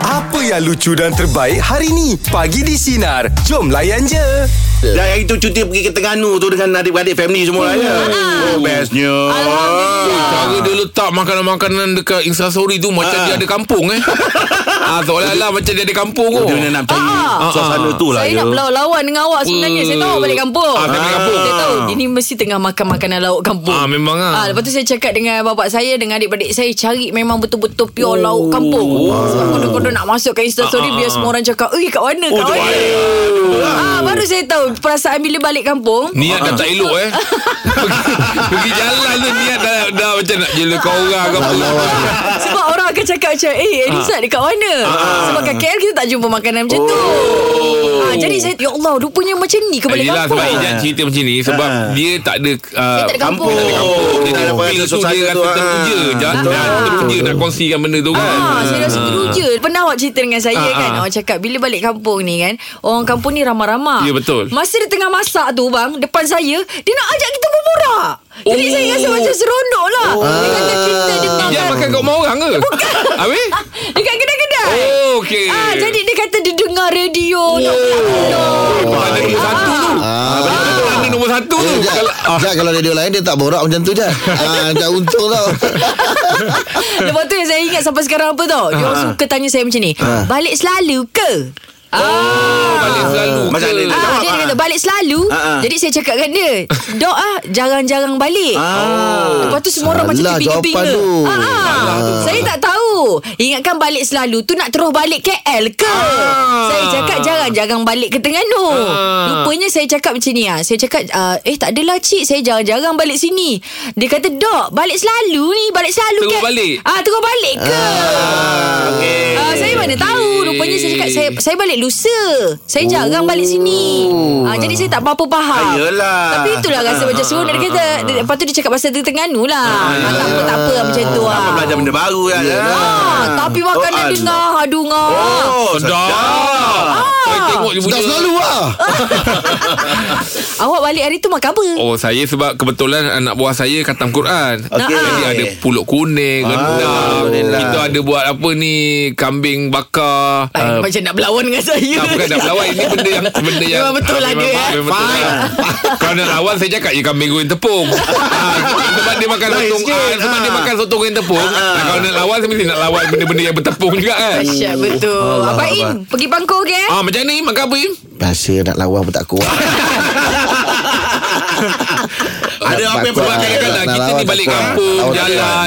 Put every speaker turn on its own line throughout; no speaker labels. Apa yang lucu dan terbaik hari ni? Pagi di Sinar. Jom layan je.
Dah hari tu cuti pergi ke Terengganu tu dengan adik-adik family semua lah ya. Oh bestnya.
Hmm. Ah. Alhamdulillah.
Cara dia letak makanan-makanan dekat Instastory tu Macam
Ah.
dia ada kampung eh Ah, Seolah-olah macam dia ada kampung
Oh,
kot
Dia mana nak cari
Ah.
suasana tu lah ya.
Saya nak lawan dengan awak sebenarnya. Saya tahu awak balik kampung.
Ah, saya balik kampung.
Saya tahu. Ini mesti tengah makan makanan laut kampung.
Ah, memang ah.
lepas tu saya cakap dengan bapak saya, dengan adik-adik saya, cari memang
Oh.
betul-betul pure laut kampung. Sebab kodoh-kodoh nak masuk
Ah,
kat Instastory, biar semua orang cakap, Eh, kat mana?
Oh,
Kat mana? Ah, baru saya tahu perasaan bila balik kampung.
Niat dah tak elok eh pergi, pergi jalan tu Niat dah, dah macam nak jela kau orang ke apa.
Ah, Sebab orang akan cakap macam Eh
Ah.
Rizal dekat mana Sebab kat KL kita tak jumpa makanan macam tu ha, Jadi saya Ya Allah rupanya macam ni ke
Ah,
balik
Oh. Yelah
kampung
sebab Ijan cerita macam ni Sebab
Ah.
dia tak ada uh,
tak ada kampung.
Dia tak ada kampung Dia
Dia
tak ada
dapat rasa
feel tu Dia
suasana tu,
rasa
ah.
terpuja Jangan
Ah.
terpuja nak kongsikan benda tu kan
Ah, saya rasa teruja Pernah awak cerita dengan saya
Ah,
kan
ah.
Awak cakap Bila balik kampung ni kan Orang kampung ni ramah-ramah
Ya, betul.
Masa dia tengah masak tu bang Depan saya Dia nak ajak kita berborak Jadi
Oh.
saya rasa macam seronok lah Dia kata kita Dia
Ijan
makan
makan kat rumah orang ke? Bukan Habis?
Ah.
Dekat kedai-kedai
Oh okay
Ah, jadi dia kata dia dengar radio oh.
Ada nombor satu tu
Ah.
Ah, Ada nombor satu tu
Jat, Jat kalau radio lain Dia tak borak macam tu Jat ah, Jat untung tau
Lepas tu yang saya ingat sampai sekarang apa tau
Ah.
Dia orang suka tanya saya macam ni Balik selalu ke? Ah,
Oh, Balik selalu
Macam
ke?
ada-
ah, dia, dia kata balik selalu
Ah, ah.
Jadi saya cakap dengan dia Dok ah Jarang-jarang balik Oh. Lepas tu semua orang macam
Salah
keping-keping
jawapan
ke
tu.
ah, ah. Saya tak tahu Ingatkan balik selalu Tu nak terus balik KL ke Saya cakap jarang-jarang balik ke Terengganu Rupanya saya cakap macam ni ah. Saya cakap ah, Eh tak adalah cik Saya jarang-jarang balik sini Dia kata Dok balik selalu ni Balik selalu
Terus
ke
balik.
ah, Terus balik ke
Okey.
Ah, saya mana tahu Rupanya saya cakap Saya, saya balik lusa Saya jarang balik sini ah, Jadi saya tak apa-apa faham
Ah, yelah.
Tapi itulah rasa macam seronok Dia kata dia- Lepas tu dia cakap Pasal Terengganu lah ah, Tak apa tak apa Macam tu lah
Apa belajar benda baru lah.
ah, Tapi makanan
Oh,
oh, dengar Aduh ngah
Oh,
Sedap
Ah.
Saya tengok dia
Tak
punya
selalu lah
Awak balik hari tu makan apa?
Oh saya sebab kebetulan anak buah saya khatam Quran.
Ah. Okey. Ah,
Jadi
ah.
ada pulut kuning, rendang.
Alhamdulillah.
Kita ada buat apa ni kambing bakar. Uh,
Ay, macam nak berlawan dengan saya
tak bukan dah lawan ini benda yang benda yang
Memang betul lah
memang-
dia, eh.
memang betul lah. Kerana awal saya cakap ya kambing goreng tepung. Ah, sebab dia makan
Lain
sotong
sikit.
ah, sebab dia
Ah.
makan sotong goreng tepung. Nah, kalau nak lawan saya mesti nak lawan benda-benda yang bertepung juga kan.
Asyik betul
Allah,
Abang Im
Abang.
Pergi pangkau ke eh?
Ah macam ni makan apa Im?
Rasa nak lawan pun tak kuat
Ah,
Ada
Nak
apa yang
bakar,
perlu
Ah,
kadang-kadang
nak
Kita
lawan
ni balik
tak kuat.
kampung
Lawan tak
Jalan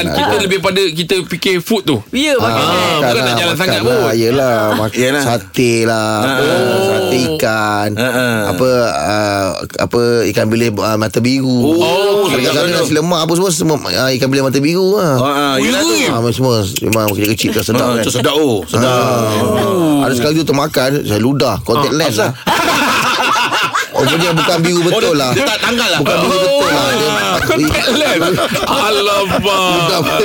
kuat.
Kita
Nak
lebih pada Kita fikir food tu
Ya makanan
Ah, bukan nak jalan sangat pun.
lah, Yelah mak-
Ah. Yelah.
Sate lah apa, Sate ikan
Ah.
Apa ah, Apa Ikan bilis ah, mata biru
Oh,
Dekat sana nasi lemak apa semua, semua ah, Ikan bilis mata biru lah
Ah, ah, yelah tu.
Ah, semua memang kecil-kecil kan sedap
Ah,
kan.
tu sedap oh, sedap.
Ah. Ada sekali tu termakan Saya ludah
Ah,
Contact lens lah Oh punya bukan biru betul lah
Dia tak tanggal lah.
Bukan biru betul lah Dia
Oh, Contact lens Alamak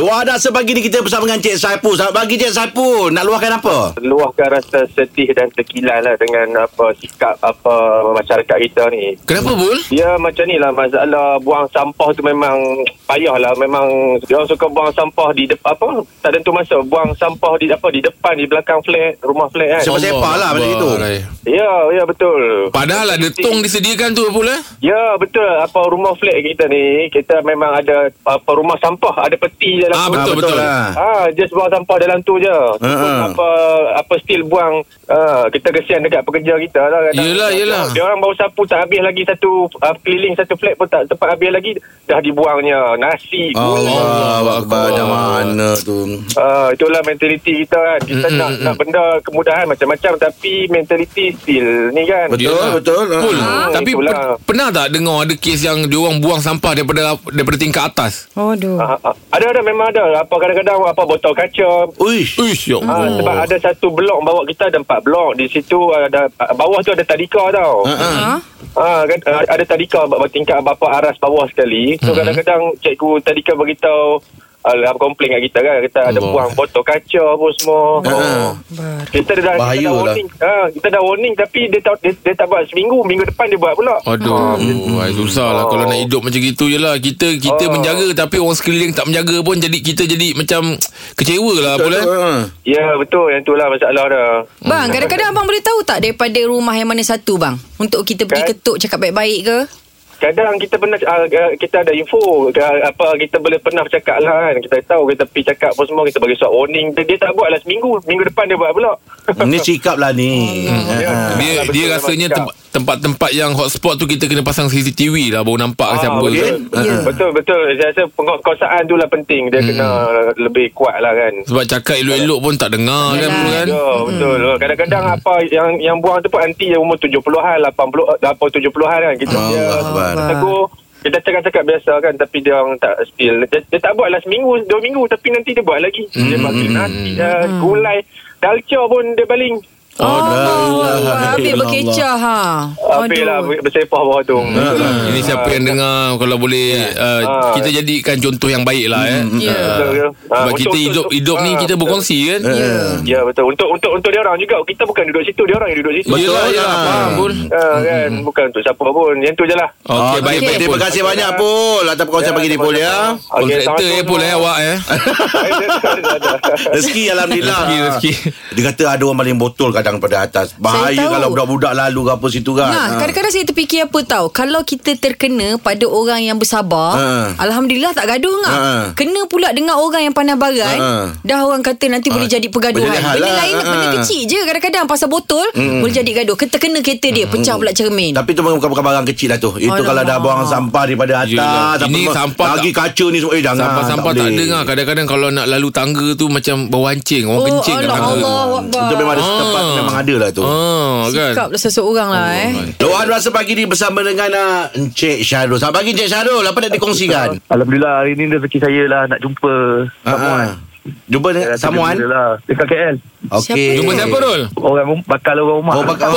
Luar dah sepagi ni kita bersama dengan Cik Saipul. Selamat pagi Cik Saipul. Nak luahkan apa?
luahkan rasa sedih dan terkilan lah dengan apa sikap apa masyarakat kita ni.
Kenapa Bul?
Dia macam ni lah masalah buang sampah tu memang payah lah. Memang dia orang suka buang sampah di depan apa tak tentu masa buang sampah di apa di depan di belakang flat rumah flat kan.
Siapa- Sepak-sepak lah macam itu.
Ya ya betul.
Padahal ada tong disediakan tu Bul
Ah,
eh
Ya betul apa rumah flat kita ni kita memang ada apa rumah sampah ada peti dalam
Ah,
tu.
betul, betul.
lah.
Ah, just buang sampah dalam tu je.
ah.
Apa apa still buang ah, kita kesian dekat pekerja kita lah. Kadang-
Yelah, yelah.
Dia orang baru sapu tak habis lagi satu ah, keliling satu flat pun tak sempat habis lagi dah dibuangnya nasi.
Ah, Allah Akbar Dah mana tu
Ah, itulah mentaliti kita kan. Kita nak nak benda kemudahan macam-macam tapi mentaliti still ni kan.
Betul
Yelah.
betul
Bul
Ah,
Tapi
itulah.
pe- pernah tak dengar ada kes yang Diorang buang sampah daripada daripada tingkat atas?
Aduh
Ah, ah. ada ada memang ada. Apa kadang-kadang apa botol kaca,
Uish
Uish ya
Ah,
Hmm.
sebab
Allah
ada satu blok bawah kita ada empat blok di situ ada bawah tu ada tadika tau.
Ha?
Ah kan, ah,
Hmm.
ada tadika bab- tingkat bapa aras bawah sekali. So kadang-kadang cikgu tadika beritahu uh, komplain kat kita kan kita ada
Allah.
buang botol kaca pun semua
Ah.
kita dah, kita
Bahaya
dah
lah.
warning ha, kita dah warning tapi dia tak dia, dia tak buat seminggu minggu depan dia buat pula
Oh. Ah.
Aduh, wah, susah lah kalau nak hidup macam gitu je lah. Kita
Ah.
kita
Oh.
menjaga tapi orang sekeliling tak menjaga pun jadi kita jadi macam kecewa lah boleh.
Ah.
ya betul yang itulah masalah dah
Hmm.
Hmm.
Bang, kadang-kadang abang boleh tahu tak daripada rumah yang mana satu bang? Untuk kita pergi
Kan?
ketuk cakap baik-baik ke?
Kadang kita pernah uh, kita ada info uh, apa kita boleh pernah bercakap lah kan kita tahu kita pergi cakap apa semua kita bagi surat warning dia, dia tak buat lah seminggu minggu depan dia buat pula
ah.
Ni sikap lah ni.
Ya.
Dia
Ah, betul
dia
memang
rasanya
cakap.
tempat- tempat-tempat yang hotspot tu kita kena pasang CCTV lah baru nampak siapa.
betul.
Ah,
Ya.
betul betul saya rasa pengkosaan tu lah penting dia kena lebih kuat lah kan
Sebab cakap elok-elok pun tak dengar kan
Yalah.
dulu kan.
Ya, betul. Kadang-kadang apa yang yang buang tu pun anti yang umur 70-an, 80 apa 70-an kan
Ah,
kita dia
Allah Akbar.
Ah.
tegur kita cakap-cakap biasa kan tapi dia orang tak spill. Dia, dia tak buat lah seminggu, dua minggu tapi nanti dia buat lagi.
Hmm,
Dia pakai nasi, uh, gulai, dalca pun dia baling.
Oh,
Allah. Allah.
habis berkecah ha.
Habis lah
Aduh. Ya,
bersepah bawah tu.
Hmm. Ini siapa yang dengar kalau boleh uh,
Ah.
kita jadikan contoh yang baik lah eh.
Ya.
Ah.
Ya.
Sebab
Ah,
kita
untuk-
hidup
untuk-
hidup ni
ah,
kita berkongsi kan.
Eh.
Ah.
Ya betul. Untuk untuk untuk dia orang juga. Kita bukan duduk situ, dia orang yang duduk situ.
Betul lah, Hmm, ya,
lah.
faham pun.
Ah, kan bukan untuk siapa pun. Yang tu je lah.
Okey,
Ah,
baik-baik
Terima
pun.
kasih banyak Pul Atas perkongsian pagi ni Pul
Ah,
ya
Kontraktor eh pun eh awak eh.
Ah,
awak.
Rezeki Alhamdulillah
Rezeki, rezeki.
Dia kata ada orang maling botol Kadang pada atas Bahaya
Saya tahu.
kalau budak-budak lalu ke apa situ kan
Nah,
Ah.
kadang-kadang saya terfikir apa tahu Kalau kita terkena pada orang yang bersabar
Ha.
Alhamdulillah tak gaduh ngak
Ha.
Kena pula dengan orang yang pandai barang
Ha.
Dah orang kata nanti boleh jadi pergaduhan
Boleh
Benda
lahat lah.
lain,
Ha.
benda kecil je Kadang-kadang pasal botol Boleh jadi gaduh Terkena kereta dia Pecah pula cermin
Tapi tu bukan bukan barang kecil lah tu Itu
Alamak.
kalau dah buang sampah daripada
Yelah.
atas
Ini sampah
Lagi
tak-
kaca ni semua Eh jangan
Sampah-sampah tak,
boleh.
dengar Kadang-kadang kalau nak lalu tangga tu Macam bau hancing Orang
Oh
kencing kat
Allah
tangga
Allah
Itu memang ada
Ah.
tempat Memang ada lah tu
Ah, kan
Sikap lah seseorang lah
Oh,
eh
Luar rasa pagi ni bersama dengan uh, Encik Syarul Selamat pagi Encik Syarul Apa nak dikongsikan?
Alhamdulillah hari ni rezeki saya lah nak jumpa
Ah, ah. Jumpa dengan
Rasa
Samuan
gembira Lah. Dekat KL.
Okey.
Jumpa siapa Rul?
Orang um-, bakal orang rumah.
Oh, bakal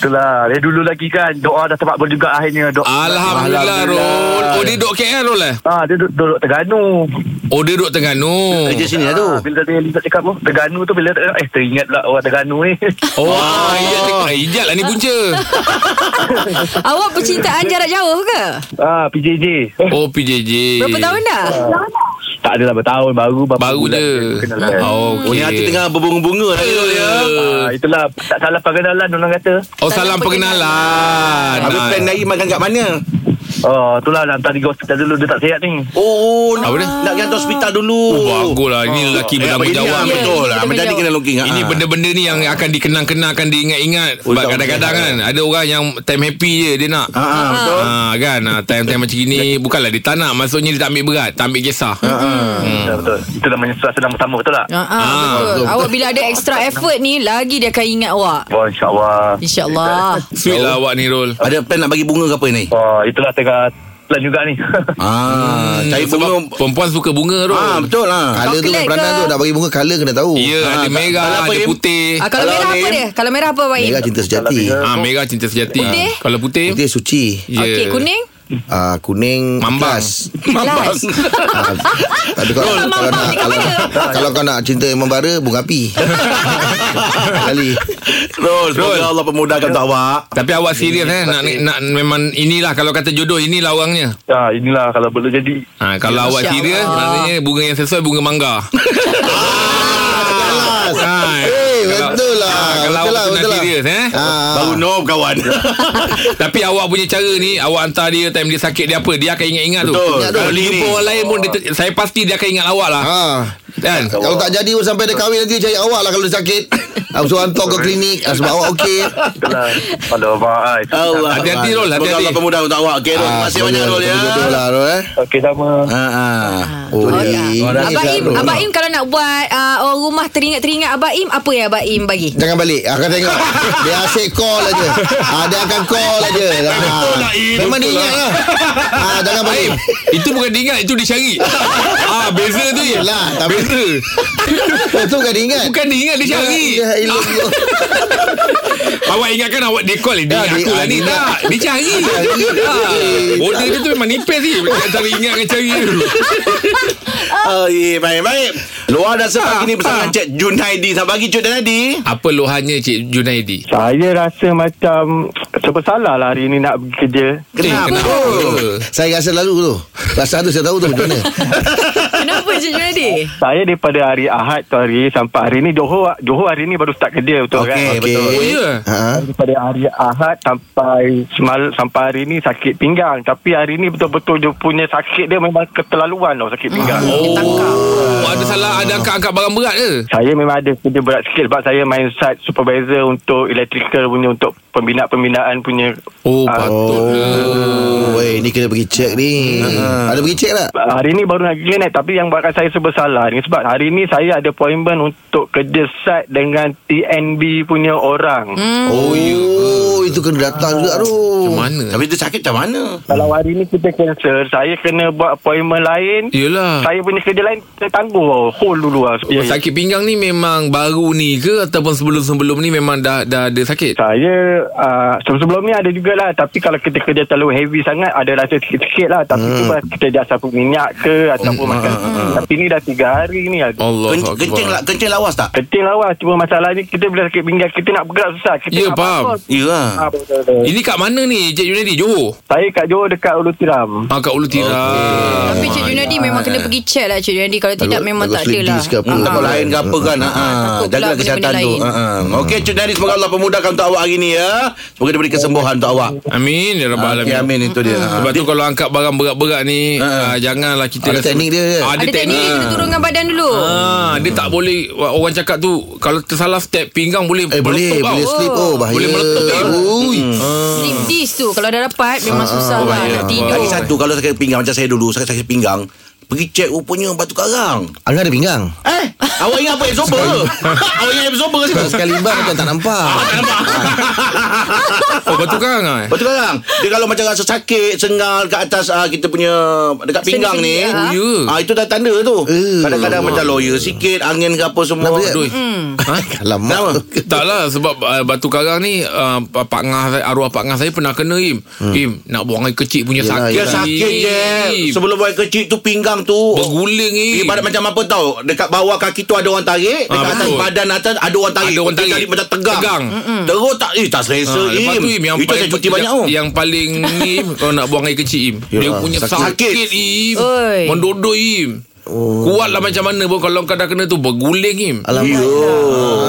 Itulah. Dia dulu lagi kan doa dah terkabul juga akhirnya. Doa.
Alhamdulillah Rul Oh dia duduk KL Rul eh?
Ah, dia duduk, duduk Terengganu.
Oh dia duduk Terengganu
kerja sini lah tu
Ah, bila dia Lizard cakap pun Terengganu tu bila eh teringat lah orang Terengganu ni.
Oh
Ah.
Ijat Ijat lah ni punca
Awak percintaan jarak jauh ke?
ah, PJJ.
Oh PJJ
Berapa tahun dah?
tak adalah bertahun baru berapa
Baru
bulan
je
dia Kenalan.
Oh,
Oh, ni hati
okay.
tengah berbunga-bunga lah Syarul ya
Ah, itulah tak salah pengenalan orang kata.
Oh salam perkenalan
Habis
Nah.
plan dari makan kat mana?
Oh, itulah nak hantar pergi hospital dulu dia tak sihat ni.
Hmm.
Oh,
Apa dia?
nak pergi hantar hospital dulu Eh,
Oh, Bagus lah Ini lelaki bertanggungjawab
Ya,
Betul lah
kita
Macam ni
berjawab.
kena looking ah.
Ini benda-benda ni yang akan dikenang-kenang Akan diingat-ingat
Oh,
Sebab
tak
kadang-kadang
boleh.
kan Ada orang yang time happy je Dia nak
Ah, ah, betul
Ah kan ah, time-time macam gini bukanlah dia tak nak maksudnya dia tak ambil berat tak ambil kisah
Ah,
Betul, betul. Itu namanya surat senang bersama betul tak?
Ha, ah, betul. Awak bila ada extra effort ni Lagi dia akan ingat awak
Oh, insyaAllah.
InsyaAllah
sweet lah
Oh.
awak ni Rul
Ada plan nak bagi bunga ke apa ni?
Oh, itulah tengah plan juga ni.
Ah,
Hmm,
cari bunga
Hmm. sebab perempuan suka bunga Rul
Ah, betul lah
Colour tu Coklat peranan ke? tu, nak
bagi bunga color kena tahu
ya ada merah
Oh, tak- tak
ada
apa, Im.
putih
ah, Kalau
Kalau
merah apa
ni-
dia? Kalau merah apa baik?
kan cinta sejati
ah merah cinta sejati Ah,
Putih?
kalau putih
suci
ya
Okey kuning
Ah, kuning
Mambang.
ikhlas.
Mampang
Ah, Tapi kalau,
Mambang
kalau nak
dekat
kalau, kalau kau nak cinta yang membara bunga api. Kali. Rol, semoga Allah pemudahkan untuk awak.
tapi awak serius eh nak, nak memang inilah kalau kata jodoh inilah orangnya
ah, inilah kalau boleh jadi.
Ya,
ha, kalau awak
Masya
serius
Ah.
Allah.
maknanya bunga yang sesuai bunga mangga
Jelas.
Ah,
Eh,
kalau-
betul lah.
Ah, kalau
Betul
awak
lah,
tu nak
betul lah.
serius, eh?
Ah. Baru no kawan.
Tapi awak punya cara ni Awak hantar dia Time dia sakit dia apa Dia akan ingat-ingat tu
Betul.
Kalau dia
Kali
jumpa
ni.
orang lain pun dia, ter- Saya pasti dia akan ingat awak lah
ha.
Kan
Kalau tak jadi pun sampai dia kahwin nanti cari awak lah kalau dia sakit. Aku suruh hantar ke klinik ah, sebab awak okey.
Itulah. Kalau baik.
Allah.
Hati-hati, Rol,
Semoga
hati-hati.
Allah pemudahkan untuk awak.
Eh,
Okey, Rol. Terima
Ah,
kasih banyak Rol ya. Betul lah Rol eh.
Okey, sama.
Ha ah.
Oh,
Oh,
ya.
ni.
Abang Im, Abang Im kalau nak buat uh, orang rumah teringat-teringat Abang Im, apa yang Abang Im bagi?
Jangan balik
Ah,
Akan tengok Dia asyik call aja ha, Dia akan call aja ha.
Ah,
Memang dia ingat lah ha, Jangan balik
Baim Itu bukan diingat Itu dicari Ah beza tu
lah,
je
Yelah, tapi-
Beza
Oh,
Itu bukan dia ingat
Bukan diingat dicari
Ya, ilah.
Awak ingatkan awak dia call eh,
Ya,
Dia
dia-
ingat aku
ah,
lah ni
dia
Tak Dia cari Ha. Order dia tu memang nipis ni Cara ingat dengan cari tu
Oh, yeah, baik-baik. Luar
Ah,
dah sepagi ni bersama Encik Junaidi. Selamat pagi, Cik Junaidi.
Apa lohannya Cik Junaidi
Saya rasa macam Sebesalah lah hari ni nak pergi kerja
Kenapa, Kenapa?
Saya rasa lalu tu Rasa tu saya tahu tu macam mana
Kenapa Cik Junaidi?
Saya daripada hari Ahad tu hari Sampai hari ni Johor Johor hari ni baru start kerja Betul kan
Okey, betul.
Oh ya
ha?
daripada hari Ahad sampai semal, sampai hari ni sakit pinggang tapi hari ni betul-betul dia punya sakit dia memang keterlaluan tau sakit pinggang
Oh Ada salah Ada angkat-angkat barang berat ke
saya memang ada kerja berat sikit sebab saya main side supervisor untuk electrical punya untuk pembinaan-pembinaan punya
Oh
Ah.
Oh Weh ni kena pergi cek ni Ada pergi cek tak?
Uh, hari ni baru nak pergi klinik tapi yang buatkan saya sebersalah ni sebab hari ni saya ada appointment untuk kerja side dengan TNB punya orang hmm.
Oh, Itu kena datang juga tu
Macam mana
Tapi dia sakit macam mana?
kalau hari ni kita cancel saya kena buat appointment lain
Ya. Yelah
saya punya kerja lain tertangguh tau hold dulu lah
Oh, Sakit pinggang ni memang baru ni ke Ataupun sebelum-sebelum ni memang dah dah ada sakit
Saya uh, sebelum-sebelum ni ada jugalah Tapi kalau kita kerja terlalu heavy sangat Ada rasa sikit-sikit lah Tapi
Hmm.
tu lah kita dah sapu minyak ke
Oh,
Ataupun makan Tapi ni dah tiga hari ni lah. aduh.
Allah
Ken- Kencing,
lah.
la- kencing lawas tak?
Keting lawas Cuma masalah ni Kita bila sakit pinggang Kita nak bergerak susah kita
Ya,
nak
faham.
apa-apa.
Ya lah.
Ah, betul, betul.
Ini kat mana ni Cik Junaidi Johor
Saya kat Johor dekat Ulu Tiram
Ha kat Ulu Tiram
Tapi Cik Junadi memang kena pergi check lah Cik Junadi Kalau tidak
Takut-
memang
takut
tak ada lah
slidis ke apa.
Ah,
Takut
Ah.
lain ke apa kan ha, ha.
Takut pula
Jaga
benda-benda
kesihatan tu
lain.
ha, ha. Okey Cik Dari Semoga Allah pemudahkan untuk awak hari ni ya Semoga diberi kesembuhan untuk awak
Amin Ya Rabbal
Okey
Alamin
amin itu dia ha.
Sebab tu kalau angkat barang berat-berat ni uh, Janganlah kita
Ha. Ada teknik dia ke?
Ah,
Ada teknik dia kena turunkan badan dulu
Ah, dia tak boleh orang cakap tu kalau tersalah step pinggang boleh
Eh boleh Boleh Hmm.
meletup tau.
slip Oh bahaya
Boleh meletup kan?
Ui.
Sleep disc tu Kalau dah dapat Memang susah lah nak tidur
Lagi satu kalau sakit pinggang macam saya dulu sakit sakit pinggang pergi cek rupanya batu karang.
Angah ada pinggang
Eh,
Ah,
awak ingat apa Exober? awak ingat Exober ke situ?
Kalau sekali bang Macam tak nampak
Oh, batu karang ah.
Batu karang. Dia kalau macam rasa sakit, sengal kat atas ah, kita punya dekat pinggang ni.
Sendi-sendi,
ah. Oh, ya.
Ah itu dah tanda tu.
Eh.
Kadang-kadang macam lawyer sikit, angin ke apa semua.
Kenapa dia?
Aduh. Ha?
Alamak
Kenapa?
Tak lah sebab uh, batu karang ni uh, Pak Ngah saya, arwah Pak Ngah saya pernah kena Im. Hmm. Im nak buang air kecil punya
Yelah,
sakit.
Dia sakit je
Im.
Sebelum buat kecil tu Pinggang tu
Berguling Im.
Ibarat macam apa tau Dekat bawah kaki tu Ada orang tarik Dekat
Ah,
atas
betul.
badan atas Ada orang tarik
Ada orang
Jadi
tarik.
Macam tegang,
Tegang.
Terus tak Eh tak selesa
Ah, lepas
Im.
tu Im yang
Itu saya
paling
cuti banyak tau
yang, yang paling ni Im, kalau nak buang air kecil Im. Dia
Yalah,
punya
sakit.
sakit, Im.
Oi.
Mendodoi Im. Oh. Kuatlah macam mana pun kalau kau dah kena tu berguling Im.
Alamak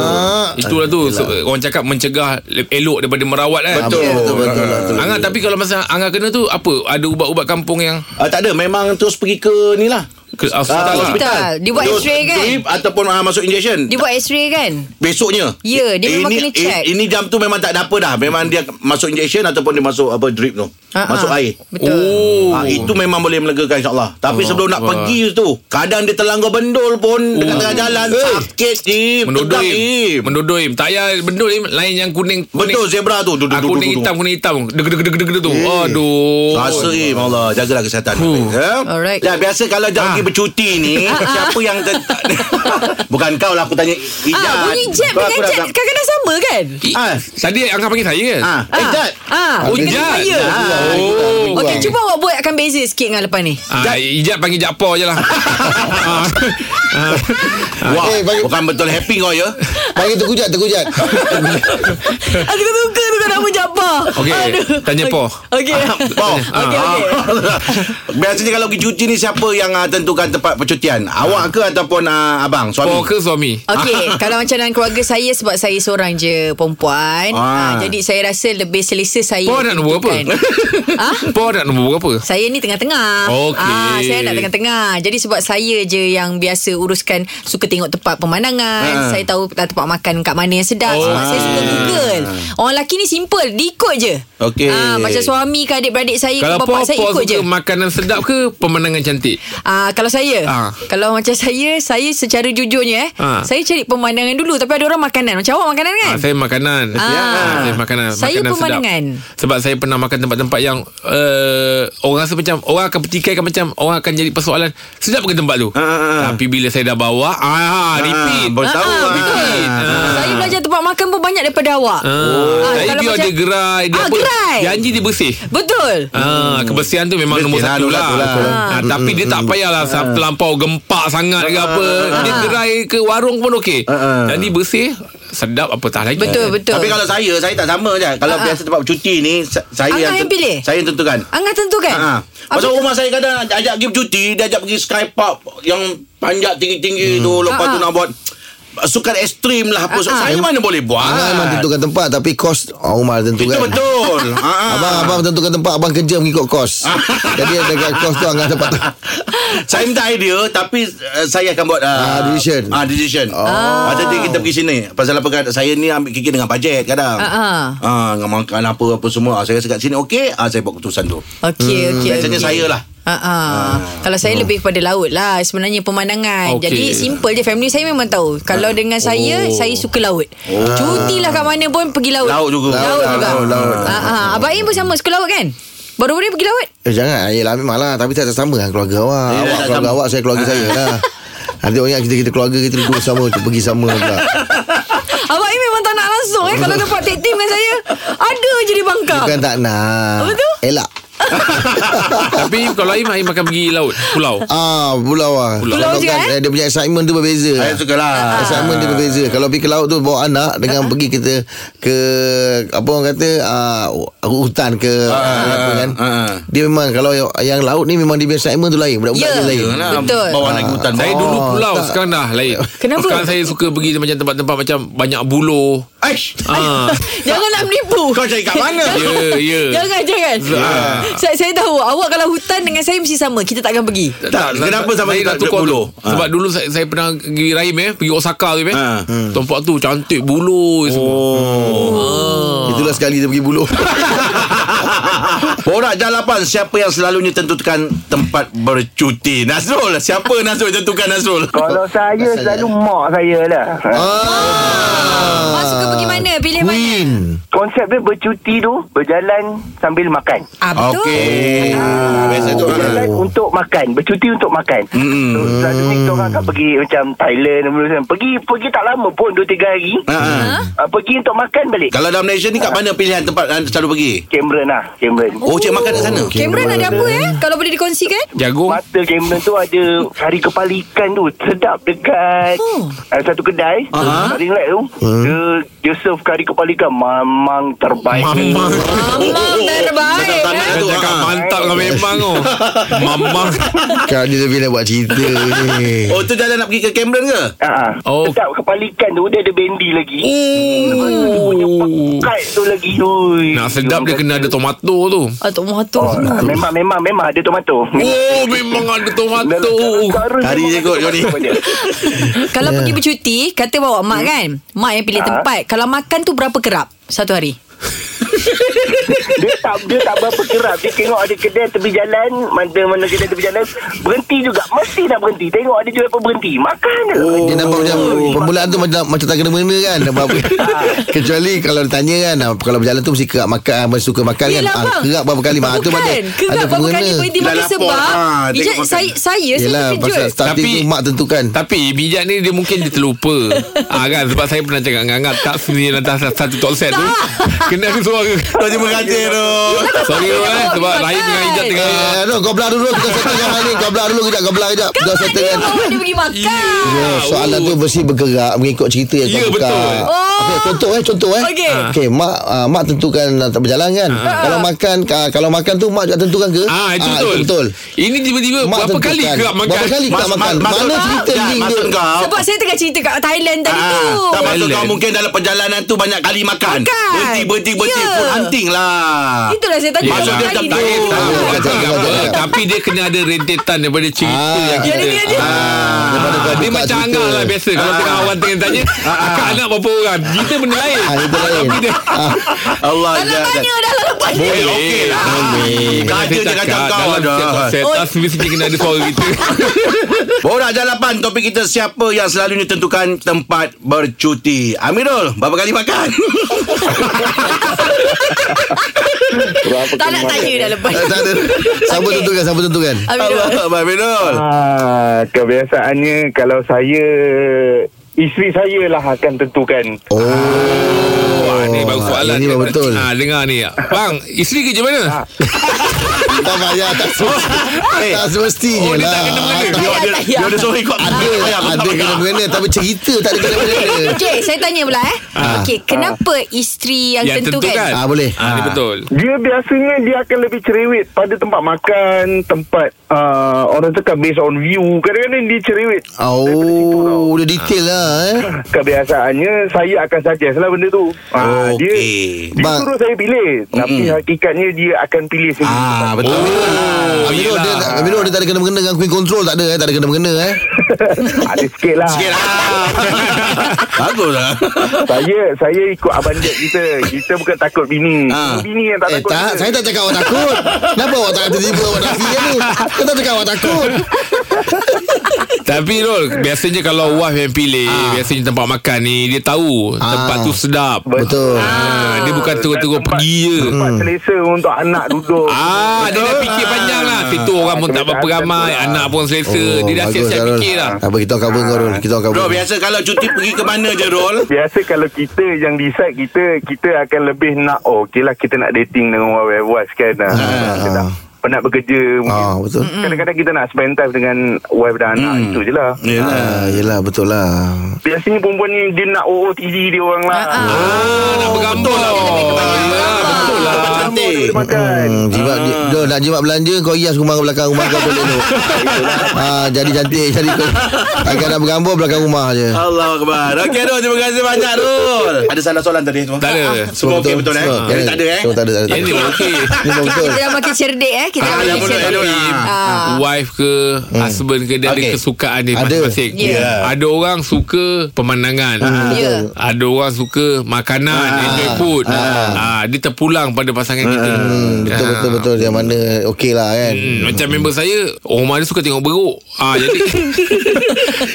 Ah.
Itulah tu se- orang cakap mencegah le- elok daripada merawat kan.
Betul Betul betul, betul.
Angah tapi kalau masa Angah kena tu apa? Ada ubat-ubat kampung yang
Ah, Tak ada Memang terus pergi ke ni lah
ke hospital lah.
hospital. Dia buat
Terus
X-ray kan?
drip Ataupun ah, masuk injection
Dia buat x-ray kan
Besoknya
Ya, dia memang kena check.
eh, Ini jam tu memang tak ada apa dah Memang dia masuk injection Ataupun dia masuk apa drip tu
Ah,
Masuk
ah.
air
Betul
Oh.
Ah, itu memang boleh melegakan insyaAllah Tapi
Allah
sebelum nak
Akbar.
pergi tu Kadang dia terlanggar bendul pun Dekat
Oh.
tengah jalan Sakit Im
Mendodoi
Tegang,
Im.
Im
Mendodoi Im. Tak payah bendul Im. Lain yang kuning. kuning.
Betul zebra tu du, du,
Ah,
du, du, du,
kuning hitam,
du.
kuning hitam. Deg deg deg deg deg tu. Aduh.
Rasa Im Allah Jagalah kesihatan
Oh. Huh.
ya?
Alright.
Dah, Biasa kalau
Ah.
jam pergi bercuti ni Siapa yang ter... Bukan kau lah aku tanya Ijat
Ah, bunyi jab
Kau- aku
dengan
dah-
jab kadang-kadang sama kan?
Eh,
Ah.
Tadi Angah panggil saya ke?
Ah, Eh Jad
Ah,
Oh,
dia kena
Jad.
saya.
Oh.
Okey, cuba awak buat akan beza sikit dengan lepas ni.
Ah, Ijat panggil Japo je lah. Ah. Ah.
Wah
Eh, bagi-
Bukan betul happy kau ya
Panggil terkujat Terkujat
Aku suka tu kau nama Jabba.
Okey, Ah, tanya Po.
Okey.
Poh.
Okey, okey.
Ah.
Biasanya kalau pergi cuti ni Siapa yang ah, tentukan tempat percutian Awak ke ataupun ah, abang Suami
Po Oh, ke suami?
Okey, kalau macam dalam keluarga saya sebab saya seorang je perempuan,
Ah.
ah. jadi saya rasa lebih selesa saya.
Po nak nombor apa?
tentukan. Ah?
Po nak nombor berapa?
Saya ni tengah-tengah.
Okey.
Ah, saya nak tengah-tengah. Jadi sebab saya je yang biasa uruskan suka tengok tempat
Ah.
pemandangan, saya tahu ah, tempat makan kat mana yang sedap sebab
Okey.
saya suka Google. Orang lelaki ni simple, diikut je.
Okey.
Ah, macam suami ke adik-beradik saya,
Kalau
ke
Po
bapak saya
Po
ikut
suka
je.
makanan sedap ke pemandangan cantik?
Ah, Kalau saya
Ah.
Kalau macam saya Saya secara jujurnya eh
Ah.
Saya cari pemandangan dulu Tapi ada orang makanan Macam awak makanan kan
Ah, saya makanan.
Ah.
Ya, saya makanan.
Saya
makanan
pemandangan.
Sedap. Sebab saya pernah makan tempat-tempat yang uh, orang rasa macam orang akan pertikaikan macam orang akan jadi persoalan sedap ke tempat tu.
Ah, ah, ah.
Tapi bila saya dah bawa, ah repeat.
Bos tahu.
Ah, betul.
Ah.
Saya belajar tempat makan pun banyak daripada awak.
Ah,
Ah,
saya
kalau
dia
macam-
ada gerai, dia
Ah,
apa?
gerai. Hmm.
Janji dia bersih.
Betul.
Ah, kebersihan tu memang
Bersih
nombor
lah,
satu
nombor
lah.
satu lah.
Ah, tapi dia tak payahlah uh, terlampau gempak sangat ke apa. Dia gerai ke warung pun okey. Jadi bersih, sedap apatah lagi.
Betul, betul.
Tapi kalau saya Saya tak sama je Kalau biasa tempat bercuti ni sa- Saya
Angah yang pilih?
Saya yang tentukan
Angah tentukan.
Ha. Pasal
kan? Apa-
rumah saya kadang ajak pergi bercuti, dia ajak pergi sky park yang panjat tinggi-tinggi tu, lepas
Ha,
tu
ha.
nak buat sukan ekstrim lah apa.
Ha, ha.
Saya mana boleh buat.
Angah memang tentukan tempat Tapi kos oh, Umar tentukan
Itu
kan.
betul. Ha, ha.
Abang abang tentukan tempat Abang kerja mengikut kos Jadi dekat kos tu Angah dapat
saya minta idea tapi uh, saya akan buat
Ah, decision.
Ah, decision. Oh. Pasal dia kita pergi sini. Pasal apa kan saya ni ambil kiki dengan bajet kadang.
Ah, ah.
Ah, dengan makan apa apa semua. Ah, saya rasa kat sini okey, ah, saya buat keputusan tu.
Okey, okey.
Biasanya
okey.
saya lah.
Ha ah. Kalau saya lebih kepada laut lah sebenarnya pemandangan.
Okey.
Jadi simple je family saya memang tahu. Kalau dengan saya saya suka laut. Cuti lah kat mana pun pergi laut.
Laut juga.
Laut,
Laut,
juga.
laut, laut.
Ha ah. Abang Im pun sama suka laut kan? Baru-baru ni pergi laut.
Eh jangan Yelah memang lah Tapi tak, tak sama dengan keluarga awak
Eh,
Awak
tak Ah.
keluarga
sama.
awak Saya keluarga saya lah Nanti orang ingat kita, kita keluarga kita duduk sama Pergi sama pula
Abang Im memang tak nak langsung eh kalau dapat tag team dengan saya. Ada je di Bangka.
Bukan tak nak
Apa tu?
Elak
Tapi kalau Aim, Aim akan pergi laut, pulau.
Ah, pulau lah
Pulau.
Pulau je,
Kan,
eh?
Dia punya excitement tu berbeza
Ya.
Saya suka lah.
Ah,
Excitement dia berbeza Kalau pergi ke laut tu Bawa anak Dengan pergi kita Ke Apa orang kata uh, Hutan ke
ah,
apa kan
ah, ah.
Dia memang Kalau yang, yang laut ni Memang dia punya excitement tu lain Budak-budak
Ya.
dia lain
Yalah,
Betul.
Bawa anak pergi hutan.
Saya
Bawa-
dulu pulau
tak.
Sekarang dah lain
Kenapa?
Sekarang saya suka pergi Macam tempat-tempat Macam banyak buluh
Aish.
ah.
Jangan nak menipu.
Kau cari kat mana? ah.
Ya ya
Jangan jangan. Saya saya tahu awak kalau hutan dengan saya mesti sama. Kita takkan pergi.
Tak, lah kenapa sampai
saya
tak
tak
duduk
tukar
buluh?
buluh? Sebab dulu saya, saya pernah pergi Rahim eh, pergi Osaka tu eh.
Ah.
Ha. Tempat tu cantik buluh semua.
Itulah sekali dia pergi buluh
Borak Jalapan Siapa yang selalunya tentukan Tempat bercuti Nazrul Siapa Nazrul yang tentukan Nazrul
Kalau saya selalu mak saya lah.
Ah.
Awak suka pergi mana? Pilih mana?
Queen
Konsep dia bercuti tu berjalan sambil makan.
Ah, betul.
Okey Biasa tu
Berjalan
ah.
untuk makan, bercuti untuk makan. Mm. So, selalu ni kita orang akan pergi macam Thailand apa macam. Pergi pergi tak lama pun 2 3 hari.
Ah, ah.
Uh, pergi untuk makan balik.
Kalau dalam Malaysia ni Kat mana pilihan tempat ah, Selalu pergi
Cameron lah, Cameron.
Oh cik makan kat sana
Cameron ada apa eh? Kalau boleh dikongsikan?
Jagung.
Mata Cameron tu ada Hari kepala ikan tu Sedap dekat
Oh.
oh. Satu kedai
Aha. Ha.
uh-huh. Ring Light tu Dia Dia serve kari kepala ikan Mamang terbaik
Mamang.
Mamang terbaik.
Sedap
eh?
tanah tu
Dia cakap
ah.
mantap kau memang tu. Mamang.
Kau Kan, dia lebih nak buat cerita ni
Oh tu jalan nak pergi ke Cameron ke
Ha. Oh.
Oh.
Sedap kepala ikan tu Dia ada bendi lagi
Oh.
Kat tu lagi Ui.
Nak sedap dia kena ada tomato tu.
Atuk Mahathir.
Oh,
eh.
Memang memang memang ada tomato
Oh memang ada tomato.
Hari je kot kau ni
Kalau pergi bercuti, kata bawa mak kan? Mak yang pilih
Ah.
tempat. Kalau makan tu berapa kerap? Satu hari.
Dia tak dia tak berapa kerap Dia tengok ada kedai tepi jalan Mana-mana kedai tepi jalan Berhenti juga Mesti nak berhenti Tengok ada jual apa berhenti Makan je
Dia nampak macam
Oh.
Permulaan tu macam Macam tak kena mengena kan apa-apa. Kecuali kalau ditanya kan ah, Kalau berjalan tu mesti kerap makan Abang suka makan kan
Yelah
Ah,
bang
Kerap berapa kali Mak, tu
Bukan
macam
Kerap berapa
pemengena.
kali Berhenti
Dah
makan
lapor.
sebab
Ah, tengok
Ijaz,
makan.
saya, saya
Yelah
saya
pasal
terkejut
starting
Tapi-
tu Mak tentukan
Tapi bijak ni dia mungkin dia terlupa. ah kan sebab saya pernah cakap dengan Angah tak sendiri lantas satu talk set tu. Kena aku suara.
Kau Oh, terima kasih tu
Sorry Rul eh sebab Rahim dengan Ijat tengah
Eh, no, kau belah dulu Kita settlekan hal ni Kau belah dulu kejap Kau belah kejap Kau
Mak dia
settlekan
bawa dia pergi makan
Oh, soalan tu mesti bergerak mengikut cerita yang
Ah, Ya,
kau buka.
betul.
Okey, contoh eh, contoh eh.
Oh. Okey. Ah.
Okey, mak uh, mak tentukan uh, tak berjalan kan. Kalau makan uh, kalau makan tu mak juga tentukan ke?
Ah itu
Ah,
betul.
betul.
Ini tiba-tiba
Mak
berapa
tentukan.
kali kerap makan?
Berapa kali kerap
Mas-
makan?
mas-
Mana
masuk-
cerita
Tak,
link
Maksud
dia?
kau
Sebab saya tengah cerita kat Thailand tadi
Ah,
tu
tak maksud kau
Thailand.
mungkin dalam perjalanan tu banyak kali makan.
Makan.
Berhenti berhenti berhenti
Ya.
yeah. penting lah
Itulah saya tanya
Maksud dia
Hari
tak
ni.
tahu.
Tak,
Oh,
bukan
jangan,
tak apa.
jangan.
Tapi dia kena ada rentetan daripada cerita
Ah.
yang
Ya, dia- dia-
kita
dia.
Ah.
Daripada kau
Dia
buka
macam
cerita.
Angah lah biasa Kalau tengah orang tengah tanya Akak anak berapa orang Kita benda lain Eh,
Ah, itu lain.
Tapi dia-
Allah
Tak nak
ya,
tanya dah lah lepas ni
Boleh Okey lah Kaja je kacau kau
Dalam setiap
Oh,
ada
konsep Mesti kena ada suara kita
Borak jalapan Topik kita siapa yang selalu ditentukan tempat bercuti Amirul Berapa kali makan?
Berapa
Tak
kali
nak
makan?
tanya dah lepas
Eh,
ni
Tak ada. Siapa
Okey.
tentukan Siapa tentukan
Amirul
Abang Amirul
Ah, kebiasaannya kalau saya isteri saya lah akan tentukan.
Wah ni baru
ah,
soalan
ini baru betul.
Ah, Dengar ni Bang Isteri kerja mana
Ah.
Tak payah Tak semestinya lah.
Eh.
Tak semestinya
Oh, dia
lah
tak kena mengena.
Dia ada
tak
Dia
payah.
ada suara ikut
Ada Ada Ah. kena mengena Tapi cerita tak ada kena mengena
Okey, saya tanya pula eh. Okey, kenapa
Ah.
isteri yang,
Yang
tentukan?
tentukan
Ah, boleh.
Ah, ni betul
Dia biasanya dia akan lebih cerewet pada tempat makan, tempat uh, orang cakap based on view. Kadang-kadang dia cerewet.
Ah, Oh Dia detail lah eh
Kebiasaannya saya akan suggest lah benda tu. Ah, dia
Okey.
dia
Bang.
suruh saya pilih. Tapi hakikatnya dia akan pilih sendiri.
Ah betul
Oh
Ah, Amirul dia,
yelah
Amirul dia tak ada kena-mengena Dengan Queen Control Tak ada eh Tak ada kena-mengena eh
Ada sikit lah.
Sikit lah Bagus lah
Saya saya ikut abang Jack kita. Kita bukan takut bini.
Ah.
Bini Hmm. yang tak
Eh
takut.
tak
kita.
Saya tak cakap awak takut Kenapa awak tak tiba-tiba Awak nafi kan ni Kau tak cakap awak takut
Tapi Rol Biasanya kalau wife yang pilih Biasanya tempat makan ni Dia tahu Tempat tu sedap
Betul
Ah, Dia bukan
Dan
terus-terus
tempat-
pergi je
Tempat selesa untuk anak duduk.
Ah, dia dah fikir panjang lah Situ orang pun tak berapa ramai Anak pun
Oh,
selesa Dia dah siap-siap
Arul.
fikir lah
Tak apa kita cover kau Rul Kita cover
Bro biasa kalau cuti pergi ke mana je Rol
Biasa kalau kita yang decide kita kita akan lebih nak oh okeylah kita nak dating dengan orang wife kan. Ah. Kita dah
Hmm.
penat bekerja mungkin.
Ah, betul
Kadang-kadang kita nak spend time dengan wife dan anak
Hmm.
itu je lah.
Ya
Yelah Ah, Yelah betul lah
Biasanya perempuan ni dia nak OOTD dia orang lah.
Ah, ah.
Ah, nak bergambar Alah, Betul lah
Cantik
Makan.
Hmm, jimat dia,
Ah.
dia nak jimat belanja kau hias rumah kau belakang rumah kau boleh tu. ha, jadi cantik jadi kau. Agak nak bergambar belakang rumah je.
Allah Akbar Okey Rul Terima kasih banyak Rul Ada salah soalan tadi semua
Tak ada
Semua okey betul, eh
Semua.
Jadi tak ada eh
Semua tak ada. Tak ada.
Yang ni okey
Ni memang betul.
Kita dah makin cerdik eh. Kita dah
Ah, dah
makin
boleh, dah
cerdik.
boleh.
Ah.
Wife ke Husband ke Dia ada
Okey.
kesukaan dia
Ada.
masing-masing
Yeah.
Ada orang suka Pemandangan
Ya.
Ada orang suka Makanan Enjoy food Ah, Dia terpulang pada pasangan kita Ah.
Betul betul betul yang mana okey lah kan.
Hmm, macam member saya Orang mana suka tengok beruk ah, Jadi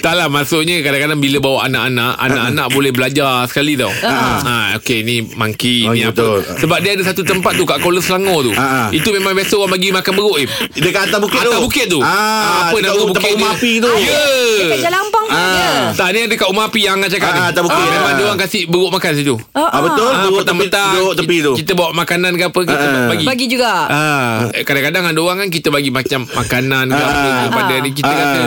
Tak lah maksudnya Kadang-kadang bila bawa anak-anak Anak-anak boleh belajar sekali tau ah, Okay ni monkey
Oh,
ni
ya,
apa
betul.
Sebab dia ada satu tempat tu Kat Kuala Selangor tu
Ah, ah.
Itu memang biasa orang bagi makan beruk eh.
Dekat atas bukit tu
Atas bukit tu
ah,
Apa nama bukit
dia Ah,
dia
api tu
Ya
Dekat Jalan Ampang pun
Ah.
ada.
Tak ni ada kat rumah api Yang Angah cakap
Ah,
ni
atas bukit.
Memang dia orang kasih beruk makan situ
Ah,
Ah, betul
Ah,
Duduk tepi,
petang-petang
duduk tepi tu
Kita bawa makanan ke apa Kita
Ah.
bagi
Bagi juga.
Ah, eh, kadang-kadang ada orang kan kita bagi macam makanan ke apa
Ah.
kepada ni kita
Ah.
rasa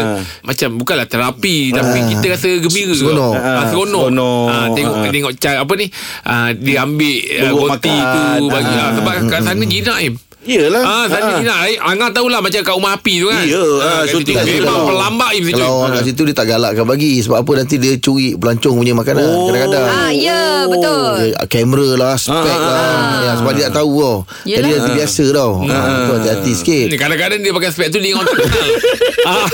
macam bukanlah terapi tapi kita rasa gembira.
Seronok.
Ah, seronok.
Seronok.
Ah, tengok
Ah.
tengok cara apa ni? Ah, dia ambil ah,
Buruk
roti
makan.
tu bagi
Ah.
ah. sebab kat sana jinak Im.
Yelah
Ah, sana jinak. Eh, Angah tahulah macam kat rumah api tu kan.
Ya, ah,
Ah, kat
syuting
situ.
kat situ.
Memang pelambak Im situ.
Kalau
Ah.
orang kat situ dia tak galakkan bagi sebab apa nanti dia curi pelancong punya makanan
Oh.
kadang-kadang.
Ah, ya, betul.
Dia- Kamera lah, spek lah. Ya, sebab dia tak tahu tau. Jadi
Yelah.
nanti biasa tau. Ha, tu hati-hati sikit.
Ni, Hmm, Kadang-kadang dia pakai spek tu dia orang tak kenal. ah.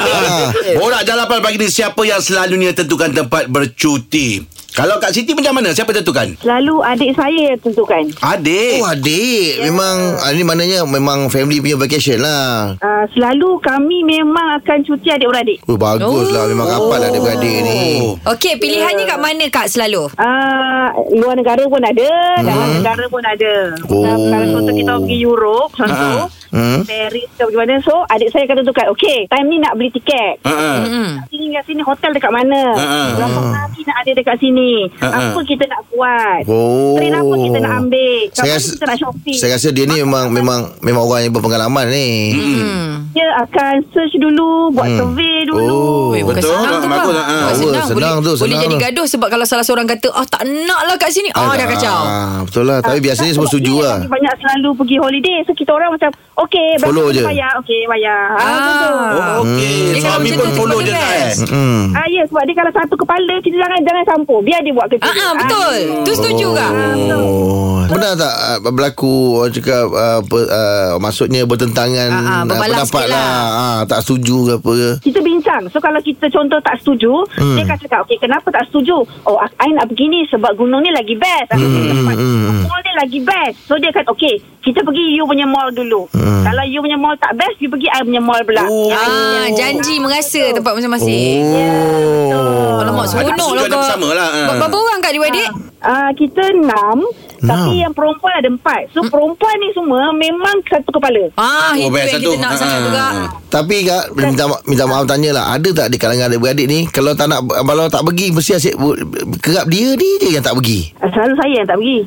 Ha.
Ah. Borak jalapan pagi ni Siapa yang selalunya tentukan tempat bercuti Kalau Kak Siti macam mana Siapa tentukan
Selalu adik saya yang tentukan.
Adik
Oh adik Memang ah, Ini maknanya Memang family punya vacation lah
Uh, selalu kami memang akan cuti adik-beradik.
Oh bagus lah Memang rapat lah adik-beradik ni
Okey, pilihannya kat mana Kak selalu?
Uh, luar negara pun ada, dalam negara pun ada.
Hmm. Oh.
Uh, Kalau contoh kita pergi Europe, contoh,
Hmm.
Paris ke bagaimana. So, adik saya akan tentukan, okay, time ni nak beli tiket.
Ah, ah.
Hmm.
Kat Sini kat sini hotel dekat mana?
Ah,
Ha, ha.
Berapa hari nak ada dekat sini?
Ha, ha.
Apa kita nak buat?
Oh
Train apa kita nak ambil? Kat
Saya
mana
rasa-
kita nak shopping?
Saya rasa dia ni memang Memang memang orang yang berpengalaman ni
Hmm.
Dia akan search dulu, buat survey
Hmm.
dulu.
Oh
Weh, bukan
betul.
senang tu
Bagus, ah.
bang. Bukan
Bagus, senang
boleh,
tu,
Boleh
senang
jadi
tu.
gaduh Sebab kalau salah seorang kata Ah tak nak lah kat
Oh,
sini Ah dah kacau
ah, Betul lah Tapi biasanya semua
Sebab
setuju
dia
lah
lagi Banyak selalu pergi holiday So kita orang macam Okey, berapa
Follow
kita
je.
Bayar. Okey, bayar. Ah, betul.
Ah.
Oh, okay.
Dia kalau
Suami
macam
pun
tu,
follow
tu
je
best.
tak eh?
Hmm.
Ah, ya, sebab dia kalau satu kepala, kita jangan jangan campur. Biar dia buat kerja. ya.
Ah, ah, betul. Tu setuju ke?
Oh. Benar tak uh, berlaku orang cakap uh, per, uh, maksudnya bertentangan
Ah, ah,
uh,
berbalas
pendapat
sikit lah.
lah. Ah, tak setuju ke apa ke.
kita bincang. So kalau kita contoh tak setuju, hmm. dia akan cakap, okay, kenapa tak setuju? Oh, ak- I nak pergi ni sebab gunung ni lagi best.
Hmm,
Aku pergi tempat mall ni lagi best. So dia akan, okay, kita pergi you punya mall dulu.
Hmm.
Kalau you punya mall tak best, you pergi I punya mall pula. Oh.
Ah, janji merasa tempat masing-masing.
Oh.
Kalau mak
Ada
seronok lah
kesukaan
kau.
bersama lah, ah.
Berapa orang kat di wedding?
Uh, kita enam, tapi yang perempuan ada
Hmm?
empat. So perempuan ni semua memang satu kepala.
Ah,
Oh,
itu
best
yang
satu.
kita nak sangat
Ah.
tu kak.
Tapi kak minta ma- minta maaf tanya lah ada tak di kalangan adik-beradik ni kalau tak nak kalau tak pergi mesti asyik bu- kerap dia ni je yang tak pergi.
Ah, Selalu saya yang tak pergi.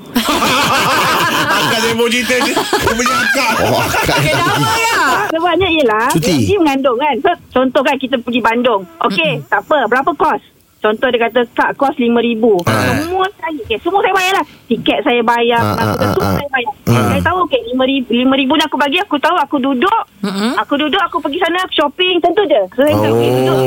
Akak saya mau cerita ni. Dia punya akak.
Oh, kak yang tak pergi.
Kenapa ya?
Ah, Sebabnya ialah
Ah. Cuti.
Dia mengandung kan so, Contoh kan kita pergi Bandung Okey
Hmm.
mm-hmm. tak apa Berapa kos Contoh dia kata Kak kos RM5,000 Semua saya okay, Semua saya bayar lah Tiket saya bayar
Ah,
Aku
ah,
tentu
ah,
saya bayar Saya tahu okay, RM5,000 RM5,000 ni aku bagi Aku tahu aku duduk
Hmm.
Aku duduk Aku pergi sana aku shopping Tentu je So saya
Oh.
tahu okay, duduk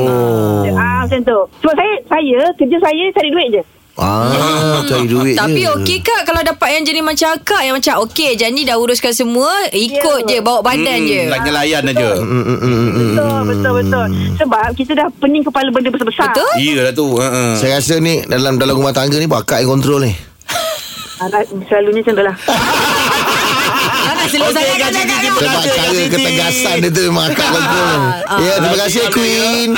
ah, Macam tu Sebab saya Saya Kerja saya cari duit je
Ah, cari duit
Hmm. Tapi
je.
okey kak kalau dapat yang jenis macam akak yang macam okey janji dah uruskan semua ikut
Ya.
je bawa badan je.
Hmm, Lagi layan aja.
Mm, mm, mm, mm, mm.
Betul betul betul Sebab kita dah pening kepala benda besar-besar
Betul?
Iyalah tu. Ha ha.
Saya rasa ni dalam dalam rumah tangga ni pakak yang kontrol ni.
Ah, Selalunya macam tu lah
Jangan selalu
Okey,
saya akan
Kak Siti,
cakap
Sebab
terima kasih, Ah.
kak.
Kak
cara
Siti.
ketegasan dia tu memang akak kontrol. Ya, terima kasih Queen.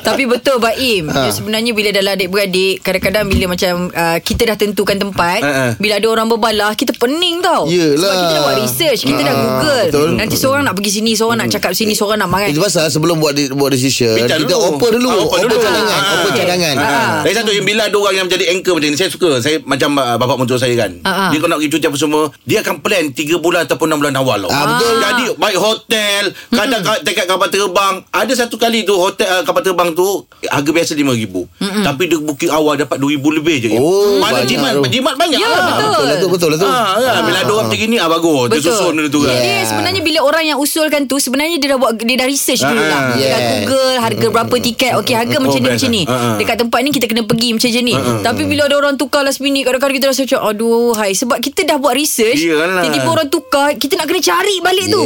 Tapi betul Baim ha. Sebenarnya bila dalam adik-beradik Kadang-kadang bila macam uh, Kita dah tentukan tempat
Ha, ha.
Bila ada orang berbalah Kita pening tau Sebab
Yelah.
kita dah buat research Kita dah
Ha,
google
betul.
Nanti seorang nak pergi sini Seorang nak cakap sini Seorang nak makan
Itu pasal sebelum buat di- buat decision
Eh. Bincang
kita
dulu.
open dulu,
Ah, open
open
dulu.
cadangan,
Ah,
open
okey.
cadangan. Ah.
Ha. Lagi satu yang bila ada orang yang menjadi anchor macam ni Saya suka Saya macam uh, bapak mentua saya kan
Ah, ah.
Dia kalau nak pergi cuti apa semua Dia akan plan 3 bulan ataupun 6 bulan awal tau.
Ah, betul. Hmm.
Jadi baik hotel Kadang mm dekat kapal terbang Ada satu kali tu hotel uh, kapal terbang tu Harga biasa RM5,000 Tapi dia booking awal dapat RM2,000 lebih je
Oh,
Mana
banyak
jimat
tu.
Jimat banyak
Ya,
lah
betul.
Betul lah tu, betul lah tu.
Ah, kan? Bila ada orang macam gini ah, Bagus Dia susun dia tu kan
Jadi sebenarnya bila orang yang usulkan tu sebenarnya dia dah buat dia dah research dulu lah.
Ah,
Dia dah
yes.
Google harga berapa tiket. Okey harga
Oh,
macam ni
best
macam
lah.
ni.
Ah, ah.
Dekat tempat ni kita kena pergi macam je ni. Tapi bila ada orang tukar last minute kadang-kadang kita rasa macam aduh hai sebab kita dah buat research.
Iyalah.
Tiba-tiba orang tukar kita nak kena cari balik tu.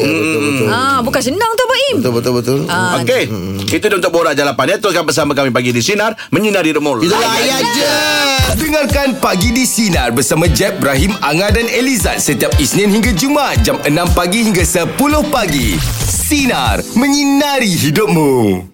Ah bukan senang tu Baim.
Betul betul betul.
Ah,
Okey Itu dia untuk Borak Jalapan ya. Teruskan bersama kami pagi di Sinar Menyinari Remol
Kita layan je.
Dengarkan Pagi di Sinar bersama Jeb, Ibrahim, Anga dan Elizad setiap Isnin hingga Jumaat jam 6 pagi hingga 10 pagi. Sinar. Menyinari hidupmu.